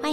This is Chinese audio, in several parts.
欢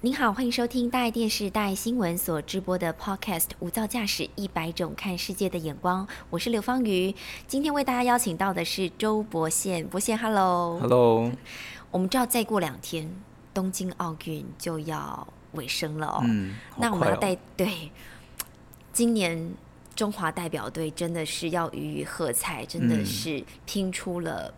您好，欢迎收听大爱电视、大爱新闻所直播的 Podcast《无噪驾驶一百种看世界的眼光》，我是刘芳瑜。今天为大家邀请到的是周博宪，博宪，Hello。 Hello，我们知道再过两天东京奥运就要尾声了哦，嗯，那好我们快要哦带对今年中华代表队真的是要予以喝彩，真的嗯是拼出了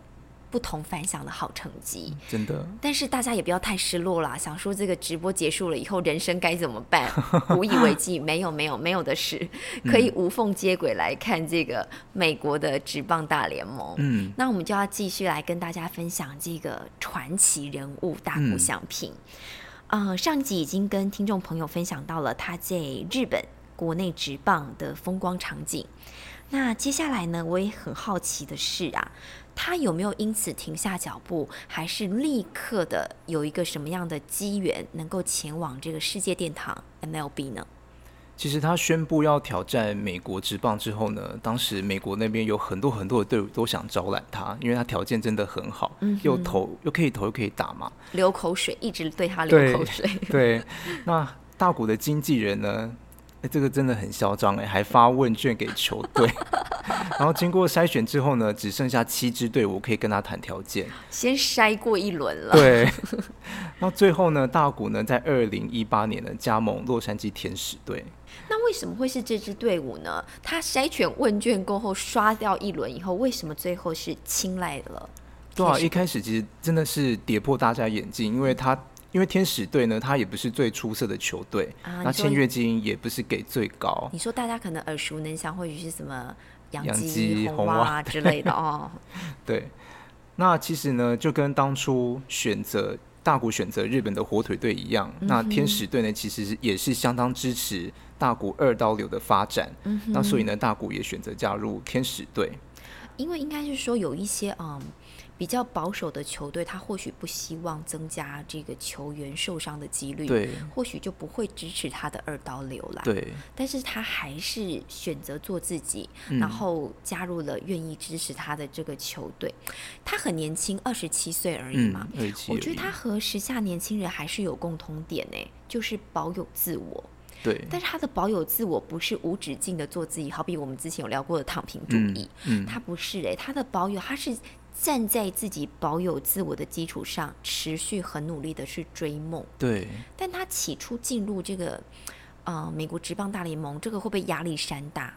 不同凡响的好成绩。真的，但是大家也不要太失落啦，想说这个直播结束了以后，人生该怎么办？无以为继，没有没有没有的事，可以无缝接轨来看这个美国的职棒大联盟。嗯，那我们就要继续来跟大家分享这个传奇人物大谷翔平。呃，上一集已经跟听众朋友分享到了他在日本国内职棒的风光场景。那接下来呢，我也很好奇的是啊，他有没有因此停下脚步，还是立刻的有一个什么样的机缘能够前往这个世界殿堂 MLB 呢？其实他宣布要挑战美国职棒之后呢，当时美国那边有很多很多的队伍都想招揽他，因为他条件真的很好，嗯又投又可以投又可以打 嘛。流口水，一直对他流口水。 对，那大谷的经纪人呢，诶这个真的很嚣张哎，还发问卷给球 队，然后经过筛选之后呢，只剩下七支队伍可以跟他谈条 件。先筛过一轮了。 对，那最后呢，大谷呢在二零一八年呢加盟洛杉矶天使队。那为什么会是这支队伍呢？他筛选问卷过后刷掉一轮以后，为什么最后是青睐了？对天啊，使嗯一开始其实真的是跌破大家眼镜，因为他因为天使队呢，他也不是最出色的球队，啊那你说签约金也不是给最高。你说大家可能耳熟能详，或许是什么洋洋基、基红红袜袜啊之类 的哦。对，那其实呢，就跟当初选择大谷选择日本的火腿队一样，嗯那天使队呢其实是也是相当支持大谷二刀流的发展，嗯那所以呢，大谷也选择加入天使队。因为应该是说有一些嗯比较保守的球队，他或许不希望增加这个球员受伤的几率，对或许就不会支持他的二刀流啦。对，但是他还是选择做自己，嗯然后加入了愿意支持他的这个球队。他很年轻，二十七岁而已嗯嘛。，二十七我而觉得已，他和时下年轻人还是有共同点呢、就是保有自我。对，但是他的保有自我不是无止境的做自己，好比我们之前有聊过的躺平主嗯义，嗯，他不是诶、他的保有他是站在自己保有自我的基础上，持续很努力的去追梦。对，但他起初进入这个呃美国职棒大联盟，这个会不会压力山大？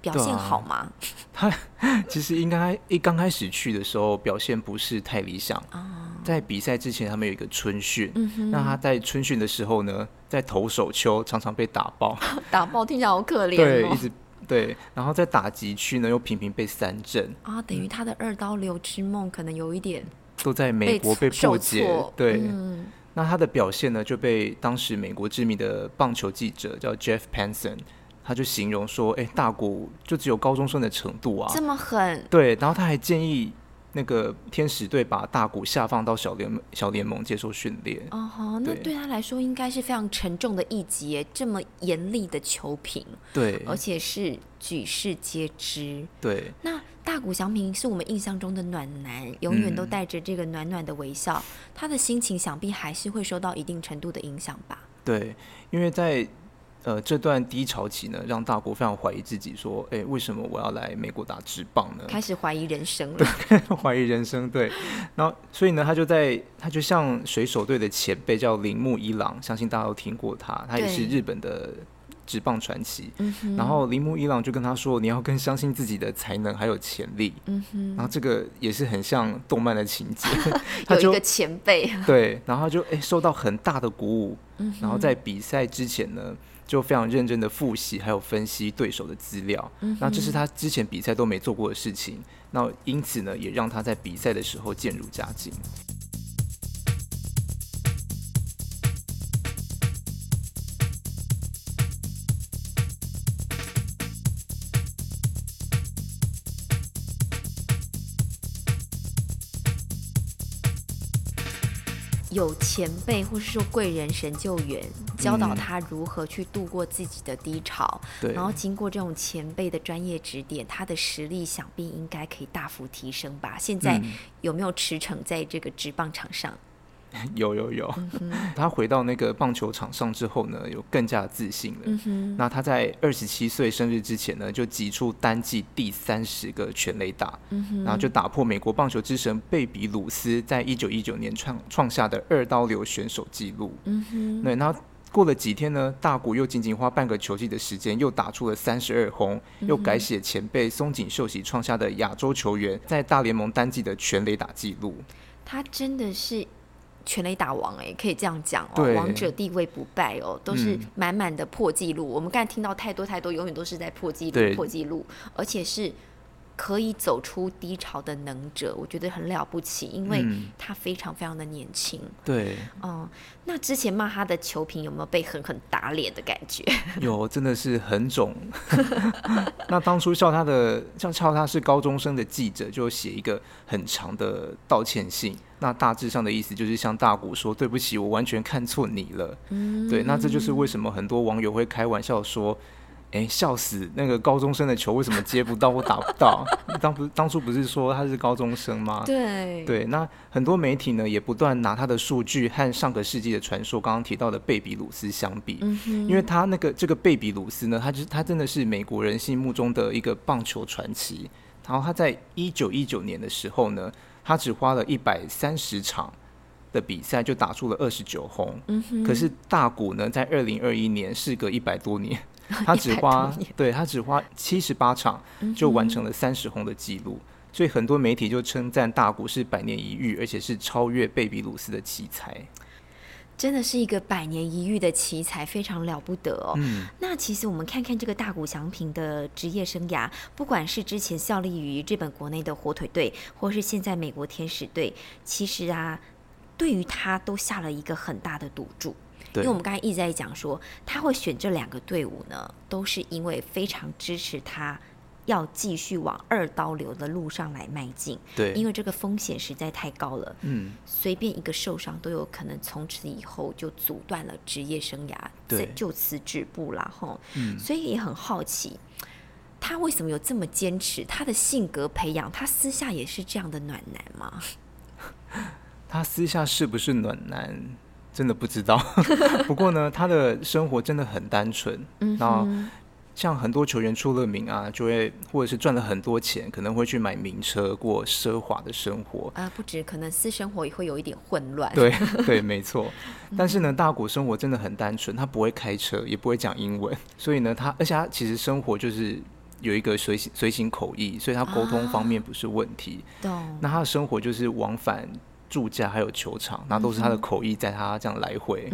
表对现啊好吗？其实应该一刚开始去的时候表现不是太理想，啊，在比赛之前他们有一个春训，嗯哼，那他在春训的时候呢，在投手丘常常被打 爆，打爆听起来好可怜对，哦一。直对，然后在打击区呢又频频被三振，啊，等于他的二刀流之梦可能有一点都在美国被受破解挫，对，嗯那他的表现呢就被当时美国知名的棒球记者叫 Jeff Panson，他就形容说，哎、大谷就只有高中生的程度啊，这么狠，对，然后他还建议那个天使队把大谷下放到小联小联盟接受训练。哦吼，那对对他来说应该是非常沉重的一击耶，这么严厉的球评，对而且是举世皆知。对那大谷翔平是我们印象中的暖男，永远都嗯带着这个暖暖的微笑，他的心情想必还是会受到一定程度的影响吧。对，因为在呃这段低潮期呢，让大谷非常怀疑自己，说，哎，为什么我要来美国打职棒呢？开始怀疑人生了， 怀疑人生，对。然后，所以呢，他就在他就像水手队的前辈叫铃木一郎，相信大家都听过他，他也是对日本的职棒传奇。嗯哼，然后铃木一郎就跟他说：“你要更相信自己的才能还有潜力。”嗯哼，然后这个也是很像动漫的情 节，他有一就个前辈，对，然后他就哎、受到很大的鼓舞，然后在比赛之前呢，就非常认真的复习还有分析对手的资料，那这是他之前比赛都没做过的事情，那因此呢，也让他在比赛的时候渐入佳境。有前辈或是说贵人神救援，教导他如何去度过自己的低潮，嗯对然后经过这种前辈的专业指点，他的实力想必应该可以大幅提升吧？现在嗯有没有驰骋在这个职棒场上？有有有， 他回到那个棒球场上之后呢，有更加自信了。那他在二十七岁生日之前呢，就击出单季第三十个全垒打，然后就打破美国棒球之神贝比鲁斯在一九一九年创创下的二刀流选手纪录。对，然后过了几天呢，大谷又仅仅花半个球季的时间，又打出了三十二轰，又改写前辈松井秀喜创下的亚洲球员在大联盟单季的全垒打纪录。他真的是全垒打王哎、可以这样讲哦，对王者地位不败哦，都是嗯满满的破纪录。我们刚才听到太多太多，永远都是在破纪录、对破纪录，而且是可以走出低潮的能者，我觉得很了不起，因为嗯他非常非常的年轻。对，哦、那之前骂他的球评有没有被狠狠打脸的感觉？有，真的是很肿。 那当初笑他的，像笑他是高中生的记者，就写一个很长的道歉信。那大致上的意思就是向大谷说：“对不起，我完全看错你了。对，那这就是为什么很多网友会开玩笑说：“哎、笑死，那个高中生的球为什么接不到或打不到？ 当不当初不是说他是高中生吗？”对，啊对，那很多媒体呢也不断拿他的数据和上个世纪的传说刚刚提到的贝比鲁斯相比，因为他那个这个贝比鲁斯呢，他就是他真的是美国人心目中的一个棒球传奇。然后他在一九一九年的时候呢，他只花了一百三十场的比赛就打出了二十九轰，嗯可是大谷呢，在二零二一年事隔一百多 年，他只花100多年嗯对他只花七十八场就完成了三十轰的记录。所以很多媒体就称赞大谷是百年一遇，而且是超越贝比鲁斯的奇才。 真的是一个百年一遇的奇才，非常了不得哦。那其实我们看看这个大谷翔平的职业生涯，不管是之前效力于日本国内的火腿队，或是现在美国天使队，其实啊，对于他都下了一个很大的赌注。因对为我们刚才一直在讲说，他会选这两个队伍呢，都是因为非常支持他要继续往二刀流的路上来迈进，对，因为这个风险实在太高了。嗯，随便一个受伤都有可能从此以后就阻断了职业生涯，对嗯这就此止步啦吼。所以也很好奇，他为什么有这么坚持？他的性格培养，他私下也是这样的暖男吗？他私下是不是暖男，真的不知道。不过呢，他的生活真的很单纯。嗯，那像很多球员出了名啊，就会或者是赚了很多钱，可能会去买名车，过奢华的生活。啊、不止，可能私生活也会有一点混乱。，对对，没错。但是呢，大谷生活真的很单纯，他不会开车，也不会讲英文，所以呢，他而且他其实生活就是有一个随行随行口译，所以他沟通方面不是问题。懂。那他的生活就是往返住家还有球场，那都是嗯他的口译在他这样来回。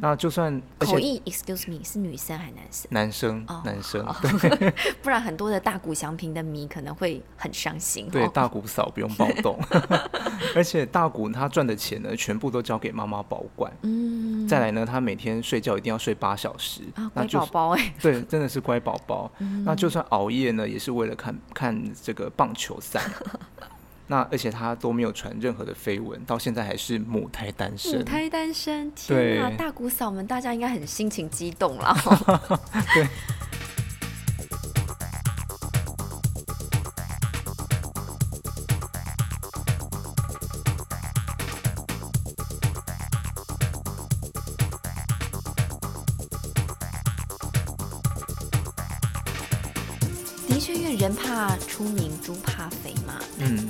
那就算而口且译，excuse me，是女生还是男生？男生、哦男生、不然很多的大谷翔平的迷可能会很伤心。对吼大谷嫂不用暴动， 而且大谷他赚的钱呢，全部都交给妈妈保管。嗯再来呢，他每天睡觉一定要睡八小时，啊，那乖就宝嗯宝哎、对，真的是乖宝宝。那就算熬夜呢，也是为了看看这个棒 球赛。那而且他都没有传任何的绯闻，到现在还是母胎单身。母胎单身，天啊！对大姑嫂们，大家应该很心情激动啦。的确，因为人怕出名，猪怕肥嘛。嗯，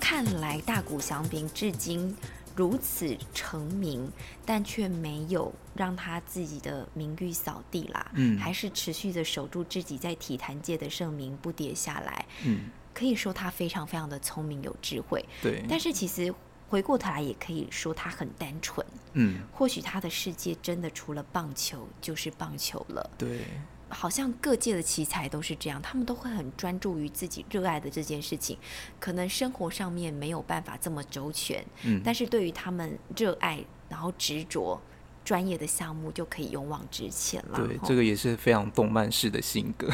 看来大谷翔平至今如此成名，但却没有让他自己的名誉扫地啦，嗯还是持续的守住自己在体坛界的盛名不跌下来。嗯，可以说他非常非常的聪明有智慧，对，但是其实回过头来也可以说他很单纯。嗯，或许他的世界真的除了棒球就是棒球了。对，好像各界的奇才都是这样，他们都会很专注于自己热爱的这件事情，可能生活上面没有办法这么周全，嗯但是对于他们热爱然后执着专业的项目，就可以勇往直前了。对，吼这个也是非常动漫式的性 格。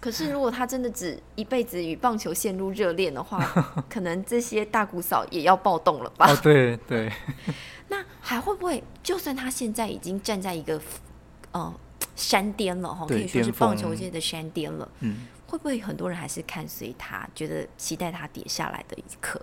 可是如果他真的只一辈子与棒球陷入热啊 恋的话，可能这些大姑嫂也要暴动了吧？哦，对对， 那还会不会，就算他现在已经站在一个呃山巅了哈，可对以说是巅峰棒球界的山巅了， 嗯，会不会很多人还是看随他，觉得期待他跌下来的一刻？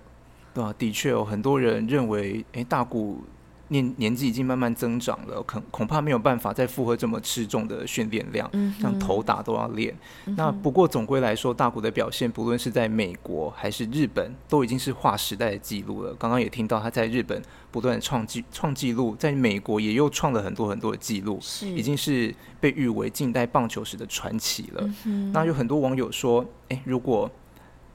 对啊，的确有、很多人认为，哎、大谷年年纪已经慢慢增长了，恐恐怕没有办法再负荷这么吃重的训练量，嗯哼嗯像头打都要练。那不过总归来说，大谷的表现，不论是在美国还是日本，都已经是划时代的记录了。刚刚也听到他在日本不断地创纪创纪录，在美国也又创了很多很多的记录，是已经是被誉为近代棒球史的传奇了。那有很多网友说，哎、如果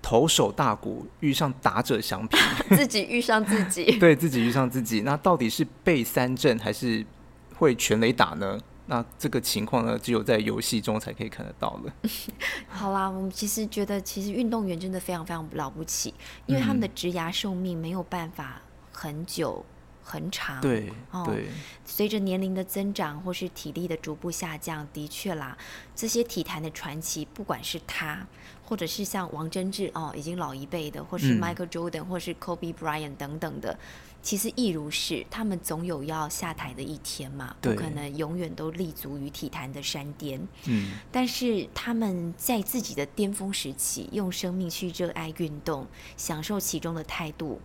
投手大谷遇上打者翔平， 自己遇上自己，对自己遇上自己，那到底是被三振还是会全垒打呢？那这个情况呢，只有在游戏中才可以看得到了。 好啦，我们其实觉得，其实运动员真的非常非常了不起，因为他们的职涯寿命没有办法很久很长，对哦对，随着年龄的增长或是体力的逐步下降，的确啦，这些体坛的传奇，不管是他，或者是像王贞治哦，已经老一辈的，或是嗯 Michael Jordan，、或是 Kobe Bryant 等等的，其实亦如是，他们总有要下台的一天嘛，不对可能永远都立足于体坛的山巅。嗯，但是他们在自己的巅峰时期，用生命去热爱运动，享受其中的态度。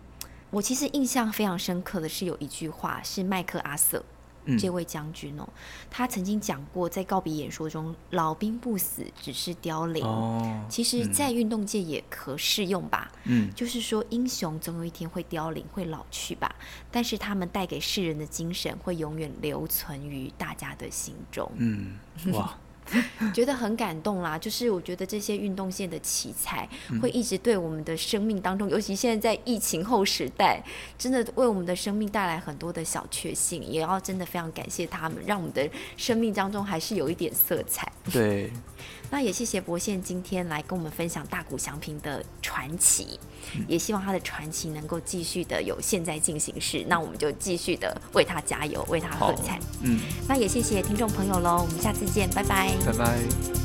我其实印象非常深刻的是有一句话是麦克阿瑟。嗯这位将军哦，他曾经讲过，在告别演说中，“老兵不死，只是凋零”哦，其实，嗯在运动界也可适用吧。嗯，就是说，英雄总有一天会凋零，会老去吧。但是，他们带给世人的精神会永远留存于大家的心中。嗯，哇，觉得很感动啦，就是我觉得这些运动线的奇才会一直对我们的生命当中，尤其现在在疫情后时代，真的为我们的生命带来很多的小确幸，也要真的非常感谢他们，让我们的生命当中还是有一点色彩。对，那也谢谢博宪今天来跟我们分享大谷翔平的传奇，也希望他的传奇能够继续的有现在进行式，那我们就继续的为他加油，为他喝好彩。，嗯，那也谢谢听众朋友喽，我们下次见，拜拜。拜拜。